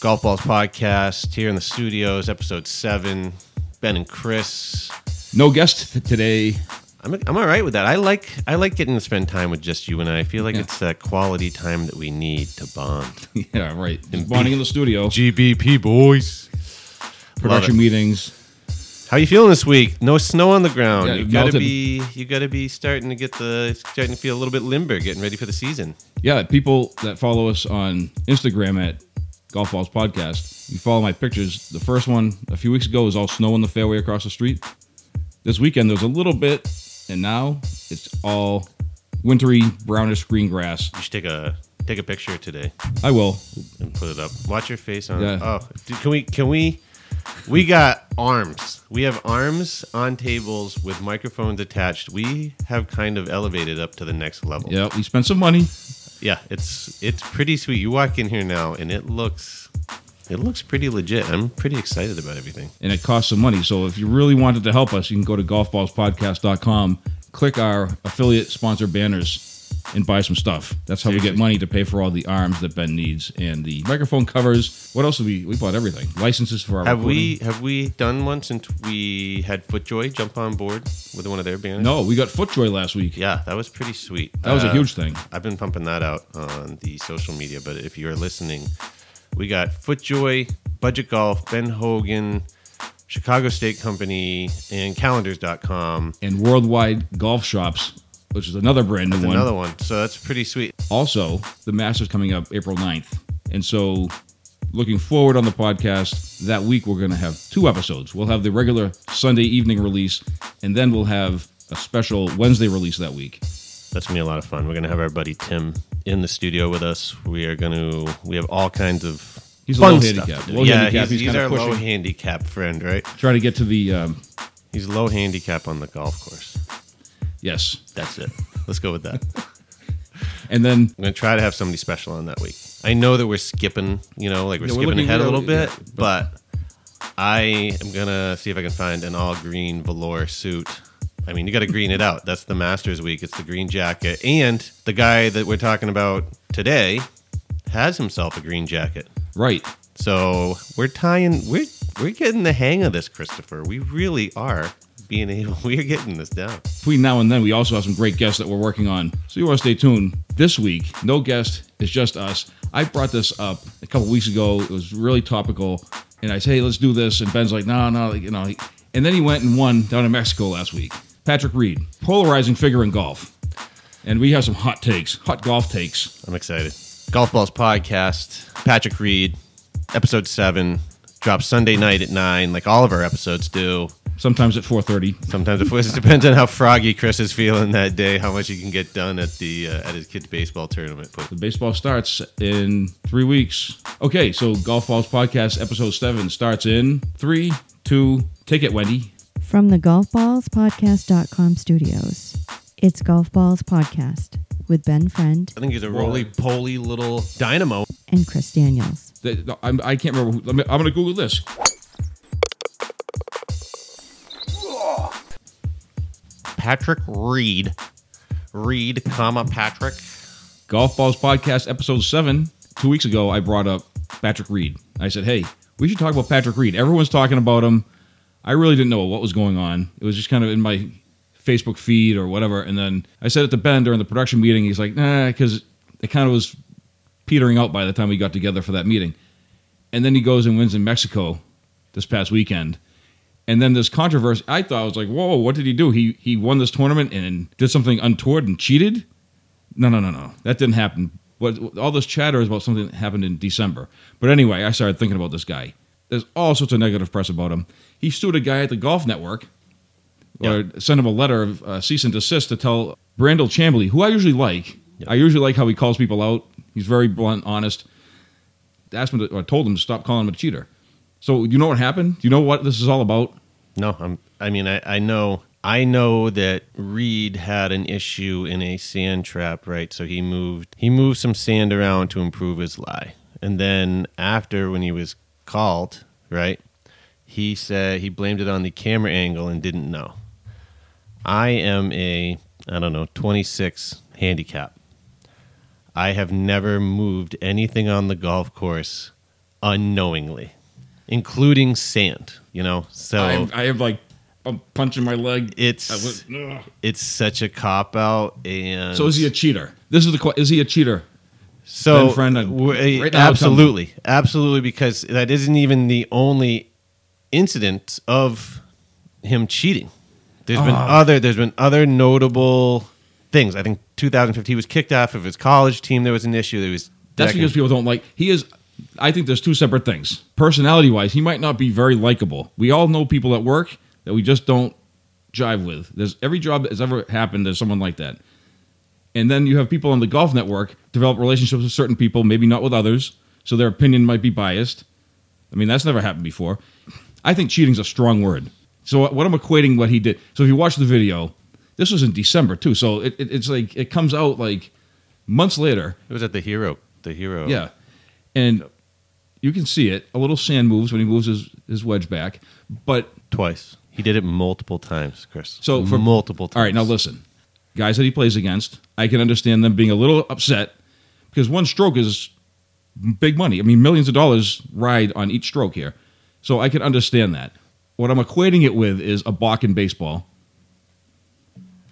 Golf Balls Podcast here in the studios, episode seven. Ben and Chris. No guest t- today. I'm, I'm all right with that. I like I like getting to spend time with just you and I. I feel like Yeah. it's that quality time that we need to bond. yeah, right. Just bonding in the studio, GBP boys. production it. meetings. How you feeling this week? No snow on the ground. Yeah, you it gotta melted. be you gotta be starting to get the starting to feel a little bit limber, getting ready for the season. Yeah, people that follow us on Instagram at Golf Balls Podcast, you follow my pictures. The first one a few weeks ago was all snow on the fairway across the street. This weekend there was a little bit, and now it's all wintry, brownish green grass. You should take a take a picture today I will. and put it up. Watch your face on. Yeah. Oh, d- can we can we we got arms. We have arms on tables with microphones attached. We have kind of elevated up to the next level. Yeah, we spent some money. Yeah, it's it's pretty sweet. You walk in here now and it looks it looks pretty legit. I'm pretty excited about everything. and it costs some money. So if you really wanted to help us, you can go to golfballspodcast.com, click our affiliate sponsor banners, and buy some stuff. That's how we get Seriously. money to pay for all the arms that Ben needs and the microphone covers. What else did we we bought everything? Licenses for our Have recording. we have we done one since we had FootJoy jump on board with one of their banners? No, we got FootJoy last week. Yeah, that was pretty sweet. That was a Uh, huge thing. I've been pumping that out on the social media, but if you're listening, we got FootJoy, Budget Golf, Ben Hogan, Chicago State Company, and Calendars.com. And worldwide golf shops, which is another brand new That's one. another one. So that's pretty sweet. Also, the Masters coming up April 9th. And so, looking forward on the podcast, that week we're going to have two episodes. We'll have the regular Sunday evening release, and then we'll have a special Wednesday release that week. That's gonna be a lot of fun. We're gonna have our buddy Tim in the studio with us. We are gonna we have all kinds of He's a fun low stuff handicap. to do. Low yeah, handicap. he's, He's he's kinda our low pushing. handicap friend, right? Try to get to the, um, He's low handicap on the golf course. yes. That's it. Let's go with that. I'm And then gonna try to have somebody special on that week. I know that we're skipping, you know, like we're Yeah, we're skipping looking ahead a really- little bit, yeah, but I am gonna see if I can find an all green velour suit. I mean, you got to green it out. That's the Masters week. It's the green jacket, and the guy that we're talking about today has himself a green jacket. right. So we're tying. We're we're getting the hang of this, Christopher. We really are being able. We're getting this down. Between now and then, we also have some great guests that we're working on. So you want to stay tuned. This week, no guest, it's just us. I brought this up a couple weeks ago. It was really topical. And I said, hey, let's do this. And Ben's like, no, no, you know. And then he went and won down in Mexico last week. Patrick Reed, polarizing figure in golf. And we have some hot takes, hot golf takes. I'm excited. Golf Balls Podcast, Patrick Reed, episode seven, drops Sunday night at nine, like all of our episodes do. Sometimes at 4.30. Sometimes it it depends on how froggy Chris is feeling that day, how much he can get done at the uh, at his kid's baseball tournament. But The baseball starts in three weeks. Okay, so Golf Balls Podcast episode seven starts in three, two, take it, Wendy. From the golfballspodcast.com studios, it's Golf Balls Podcast with Ben Friend I think he's a roly poly little dynamo. and Chris Daniels. That- no, I'm, I can't remember. Who, let me, I'm going to Google this. Patrick Reed, Reed, comma Patrick. Golf Balls Podcast, episode seven. Two weeks ago, I brought up Patrick Reed. I said, hey, we should talk about Patrick Reed. Everyone's talking about him. I really didn't know what was going on. It was just kind of in my Facebook feed or whatever. And then I said it to Ben during the production meeting. He's like, nah, because it kind of was petering out by the time we got together for that meeting. And then he goes and wins in Mexico this past weekend. And then this controversy, I thought I was like, whoa, what did he do? He he won this tournament and did something untoward and cheated? No, no, no, no. That didn't happen. What all this chatter is about something that happened in December. But anyway, I started thinking about this guy. There's all sorts of negative press about him. He sued a guy at the Golf Network, or sent him a letter of uh, cease and desist to tell Brandel Chambly, who I usually like. I usually like how he calls people out. He's very blunt, honest. Asked him to, or told him to stop calling him a cheater. So you know what happened? Do you know what this is all about? No, I'm. I mean, I, I know. I know that Reed had an issue in a sand trap, right? So he moved. He moved some sand around to improve his lie, and then after, when he was called, right, he said he blamed it on the camera angle and didn't know. I am a, I don't know, 26 handicap. I have never moved anything on the golf course unknowingly, including sand. You know, so I'm, I have like I'm punching my leg. It's- I was- ugh. it's such a cop out. And so is he a cheater? This is the que- is he a cheater? So, Ben Friend, I'm- we're- right now, I'm absolutely, absolutely, because that isn't even the only incident of him cheating. There's been Ah. other. There's been other notable things. I think 2015 he was kicked off of his college team. There was an issue. There was that That's can- because people don't like. He is. I think there's two separate things. Personality wise, he might not be very likable. We all know people at work that we just don't jive with. There's every job that has ever happened. There's someone like that. And then you have people on the golf network develop relationships with certain people, maybe not with others, so their opinion might be biased. I mean, that's never happened before. I think cheating's a strong word. So what I'm equating what he did. So if you watch the video, this was in December too. So it, it, it's like it comes out like months later. it was at the hero. The hero. Yeah. And you can see it. A little sand moves when he moves his, his wedge back. But twice. He did it multiple times, Chris. So for- multiple. times. all right, now listen. Guys that he plays against, I can understand them being a little upset because one stroke is big money. I mean, millions of dollars ride on each stroke here. So I can understand that. What I'm equating it with is a balk in baseball.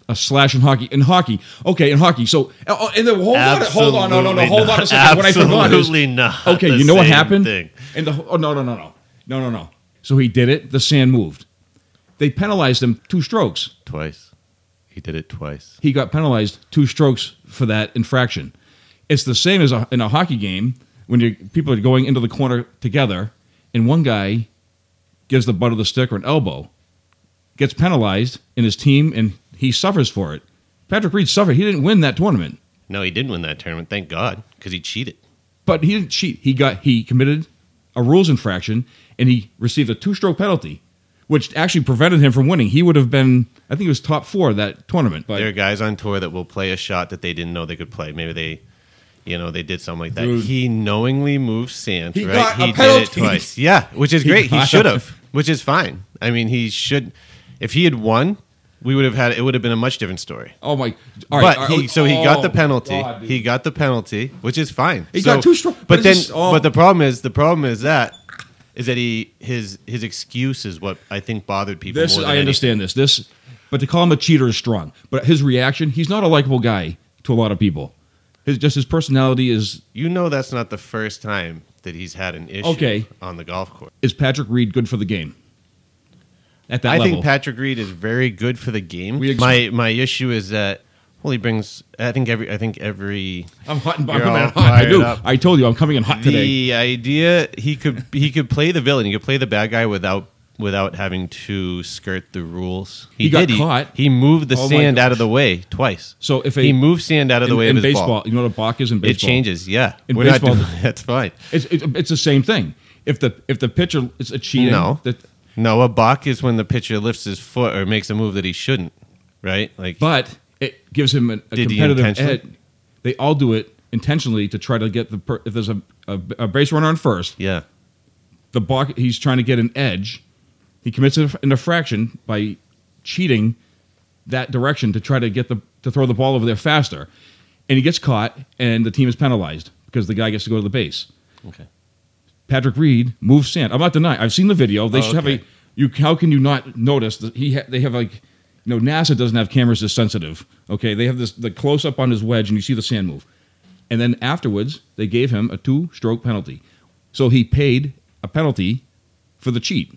A slash in hockey. In hockey. Okay, in hockey. So, oh, and then hold on, hold on, no, no, no, Absolutely hold on a not. second. What I forgot is Absolutely not. Okay, the you know what same happened? Thing. And the oh no no no no no no no. So he did it. The sand moved. They penalized him two strokes. Twice. He did it twice. He got penalized two strokes for that infraction. It's the same as a, in a hockey game when you people are going into the corner together, and one guy gives the butt of the stick or an elbow, gets penalized in his team, and he suffers for it. Patrick Reed suffered. He didn't win that tournament, No, he did win that tournament. Thank God, because he cheated. but he didn't cheat. He got he committed a rules infraction and he received a two-stroke penalty, which actually prevented him from winning. He would have been, I think, he was top four that tournament. But there are guys on tour that will play a shot that they didn't know they could play. Maybe they, you know, they did something like that. Dude. He knowingly moved sand. He right? got a he did penalty. it twice. Yeah, which is He great. He got a- should have, which is fine. I mean, he should. If he had won, we would have had. It would have been a much different story. oh my! All right, but all he, right, so he oh, got the penalty. God, dude. he got the penalty, which is fine. He So- got two stro- but But it's then, just- oh. but the problem is, the problem is that is that he his his excuse is what I think bothered people. this more is, than I understand this. This, but to call him a cheater is strong. But his reaction, he's not a likable guy to a lot of people. His just his personality is anything. You know, that's not the first time that he's had an issue. Okay. on the golf course. is Patrick Reed good for the game? At that I level, think Patrick Reed is very good for the game. We ex- my my issue is that well, he brings. I think every I think every I'm hot and I'm You're coming in all hot. I fired do. up. I told you I'm coming in hot today. the idea he could he could play the villain. He could play the bad guy without without having to skirt the rules. He got caught. He, moved the Oh my sand out gosh. of the way twice. So if a- he moved sand out of the In, way in of his baseball, ball, you know what a balk is in it baseball. changes. Yeah, In not baseball- doing- that's fine. It's, it's it's the same thing. If the if the pitcher is a cheating, No. that- No, a balk is when the pitcher lifts his foot or makes a move that he shouldn't. Right? Like but it gives him a, a Did he competitive intentionally? edge. They all do it intentionally to try to get the per, if there's a, a, a base runner on first, yeah. the balk he's trying to get an edge. He commits an infraction by cheating that direction to try to get the to throw the ball over there faster, and he gets caught, and the team is penalized because the guy gets to go to the base. Okay. Patrick Reed moves sand. I'm not denying. I've seen the video. They Oh, should have a. okay. You how can you not notice that he ha, they have like no NASA doesn't have cameras this sensitive. Okay, they have this the close up on his wedge and you see the sand move, and then afterwards they gave him a two stroke penalty, so he paid a penalty for the cheat.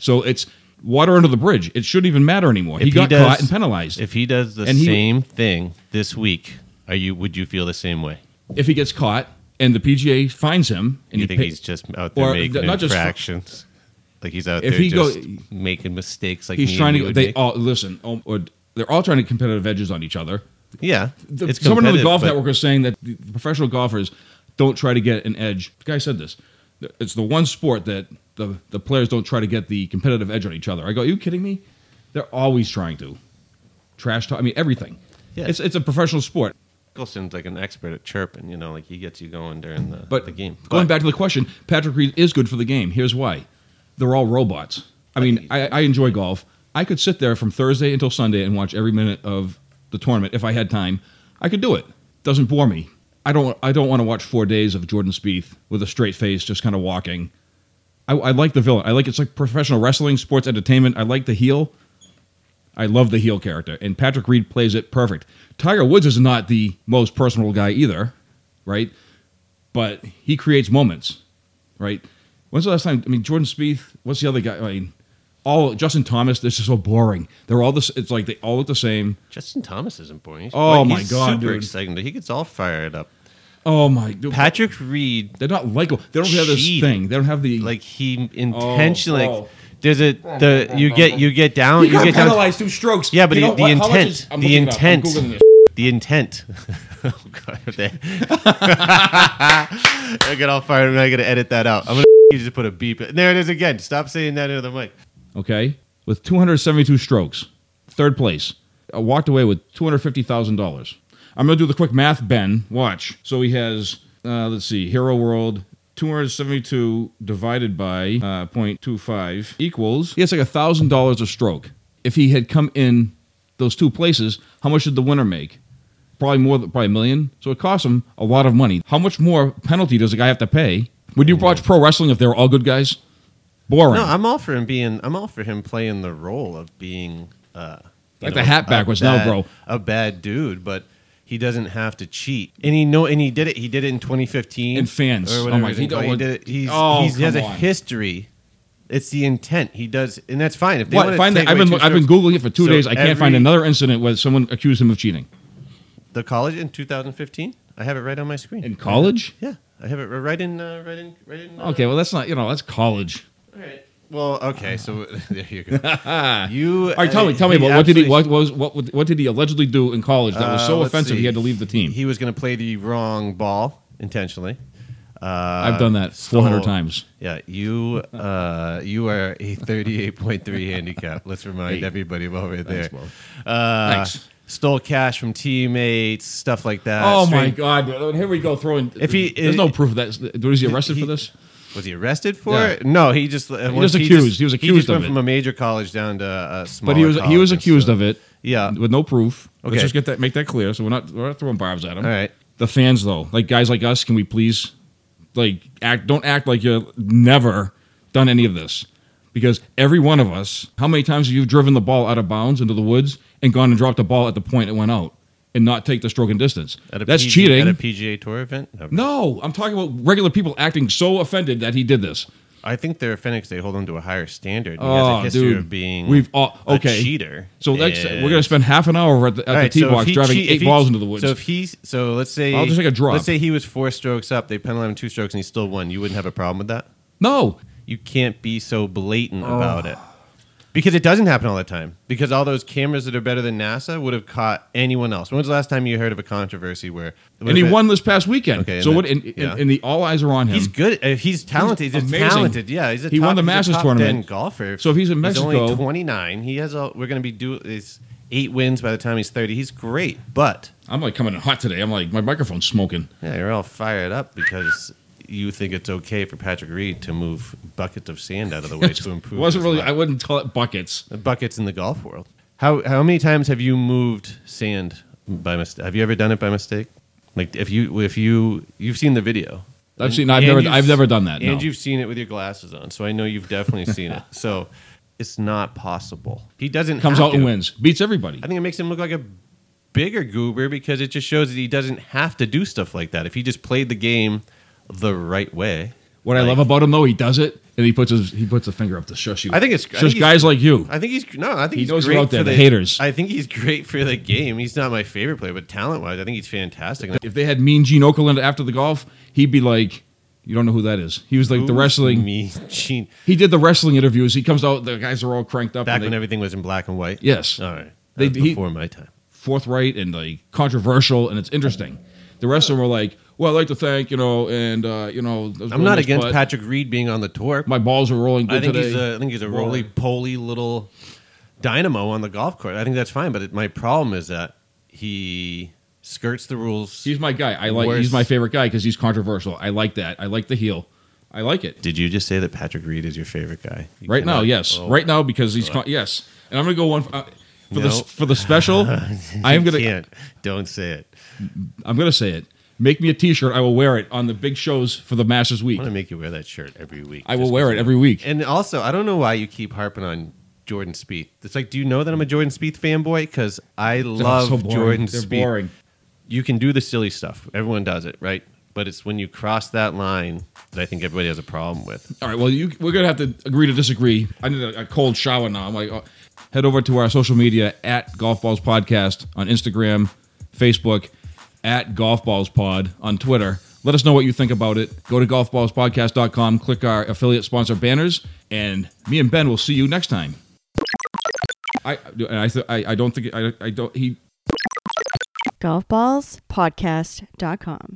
So it's water under the bridge. It shouldn't even matter anymore. he If he got does- caught and penalized. If, If he does the And he- same thing this week, are you would you feel the same way? he gets caught and the PGA finds him, and you he think pay- he's just out there or making not just- infractions? like he's out If there he go- just making mistakes. Like me he's and trying you to. would They make. all listen. oh, Or they're all trying to competitive edges on each other. yeah. the, someone on the competitive, golf but network was saying that the professional golfers don't try to get an edge. The guy said this. It's the one sport that the, the players don't try to get the competitive edge on each other. I go, are you kidding me? They're always trying to. Trash talk. I mean, everything. Yeah. It's, it's a professional sport. Mickelson's like an expert at chirping. You know, like he gets you going during the But the game. going But back to the question, Patrick Reed is good for the game. Here's why: they're all robots. I mean, I, I enjoy golf. I could sit there from Thursday until Sunday and watch every minute of the tournament if I had time. I could do it. Doesn't bore me. I don't I don't want to watch four days of Jordan Spieth with a straight face, just kind of walking. I, I like the villain. I like it's like professional wrestling, sports entertainment. I like the heel. I love the heel character, and Patrick Reed plays it perfect. Tiger Woods is not the most personal guy either, right? But he creates moments, right? When's the last time? I mean, Jordan Spieth. What's the other guy? I mean, all Justin Thomas. This is so boring. They're all this. It's like they all look the same. Justin Thomas is important. He's, Oh, he's my God, super dude. excited. He gets all fired up. Oh my! dude, Patrick Reed They're not likable. They don't have this Cheating. thing. They don't have the like he intentionally oh. like, there's a the you get you get down you, get down two strokes. yeah but You the, know what? the How much intent is- I'm the looking it up. I'm intent Googling this. the intent oh god they- I get all fired and I gotta edit that out I'm gonna you just put a beep there it is again stop saying that into the mic Okay, with 272 strokes, third place. I walked away with two hundred fifty thousand dollars. I'm gonna do the quick math, Ben. Watch. So he has, uh, let's see, Hero World. 272 divided by uh, 0.25 equals, he has like $1,000 a stroke. If he had come in those two places, how much did the winner make? probably more than probably a million. So it costs him a lot of money. How much more penalty does a guy have to pay? Would you watch pro wrestling if they were all good guys? Boring. no I'm all for him being I'm all for him playing the role of being uh you Like the hat a backwards. No, bad- bro. a bad dude but he doesn't have to cheat, and he know, and he did it. He did it in 2015. And fans. or Oh whatever. my- it's he called. don't he, want- did it. He's, Oh, he's- he has a come on. history. It's the intent he does, and that's fine. If they What? want to Find take that. I've away been two I've been strokes- googling it for two So days. I can't find every- another incident where someone accused him of cheating the college in 2015. I have it right on my screen. in college. yeah, I have it r- right in, uh, right in, right in. uh, Okay, well that's not you know that's college. all right. Well, okay, so there you go. You uh, All right, tell me, tell me about what did he what was what what did he allegedly do in college that was Uh, so let's offensive he see. had to leave the team? He was going to play the wrong ball intentionally. Uh, I've done that 400 so- times. Yeah, you uh, you are a 38.3 handicap. Let's remind Hey. everybody while we're there. Thanks, bro. Uh, Thanks. Stole cash from teammates, stuff like that. oh my Straight- god! dude. Here we go throwing. If he- there's no proof of that. Was he arrested He- for this? Was he arrested for Yeah. it? No, he just uh, he was accused. He was He accused just of went it. from a major college down to a small. But he was he was accused of it. uh, Yeah. with no proof. Okay. Let's just get that make that clear. So we're not we're not throwing barbs at him. All right. The fans though, like guys like us, can we please like act? Don't act like you've never done any of this, because every one of us, how many times have you driven the ball out of bounds into the woods and gone and dropped the ball at the point it went out and not take the stroke and distance? At a That's PG cheating. at a PGA Tour event. no, I'm talking about regular people acting so offended that he did this. I think they're offended because they hold him to a higher standard. He has Oh, a history dude. of being We've all- a okay. cheater. So that's, And- we're gonna spend half an hour at the, at All the right, tee so if box he driving cheat- if eight he- balls into the woods. So if he's so let's say I'll just take a drop. Let's say he was four strokes up. They penalized him two strokes and he still won. You wouldn't have a problem with that. no, You can't be so blatant Oh. about it because it doesn't happen all the time. Because all those cameras that are better than NASA would have caught anyone else. When was the last time you heard of a controversy where and he where- won this past weekend. Okay, so and what? then- And, and- yeah. and the all eyes are on him. He's good. uh, He's talented. He's, a amazing. talented. Yeah, he's a He top, won the he's a Masters top tournament. 10 golfer. So if he's in he's Mexico- only twenty nine. He has. All, we're going to be do is eight wins by the time he's thirty. He's great, but I'm like coming in hot today. I'm like my microphone's smoking. yeah, you're all fired up because you think it's okay for Patrick Reed to move buckets of sand out of the way to improve. wasn't his really. lie. I wouldn't call it buckets. The buckets in the golf world. How how many times have you moved sand by mistake? Have you ever done it by mistake? Like if you if you you've seen the video. I've seen. I've And never. you've- I've never done that. And No. you've seen it with your glasses on, so I know you've definitely seen it. So it's not possible. He doesn't Comes have out and to. wins. Beats everybody. I think it makes him look like a bigger goober because it just shows that he doesn't have to do stuff like that. If he just played the game the right way, What I love about him though, he does it and he puts his. He puts a finger up to shush you. I think it's- I shush think he's- guys like you. I think he's no. I think He he's knows you're great out there, for the haters. I think he's great for the game. He's not my favorite player, but talent wise, I think he's fantastic. And if they had Mean Gene Okerlund after the golf, he'd be like, "You don't know who that is." He was like the Who's wrestling. me, Gene, He did the wrestling interviews. He comes out. The guys are all cranked up. back and when they, everything was in black and white. Yes. all right. They- They, he- before my time. forthright and like controversial and it's interesting. The rest of them were like, "Well, I'd like to thank you know," and uh, you know, I'm not against Patrick. Patrick Reed being on the tour. My balls are rolling good I think today. he's a, I think he's a Boy. roly poly little dynamo on the golf course. I think that's fine, but it, my problem is that he skirts the rules. He's my guy. I like. Worse. He's my favorite guy because he's controversial. I like that. I like the heel. I like it. Did you just say that Patrick Reed is your favorite guy? You Right now, cannot- yes. Oh, Right now because he's con- yes. And I'm gonna go one for, uh, for the No. for the special. I am you gonna can't. Don't say it. I'm gonna say it. Make me a T-shirt. I will wear it on the big shows for the Masters Week. I'm gonna make you wear that shirt every week. I will Just wear 'cause it you- every week. And also, I don't know why you keep harping on Jordan Spieth. It's like, do you know that I'm a Jordan Spieth fanboy? Because I love so boring. Jordan They're Spieth. boring. You can do the silly stuff. Everyone does it, right? But it's when you cross that line that I think everybody has a problem with. All right. Well, you, we're gonna have to agree to disagree. I need a, a cold shower now. I'm like, oh. head over to our social media at Golf Balls Podcast on Instagram, Facebook, at Golf Balls Pod on Twitter. Let us know what you think about it. Go to golfballspodcast.com, click our affiliate sponsor banners, and me and Ben will see you next time. I and I th- I, I don't think I I don't he golfballspodcast.com.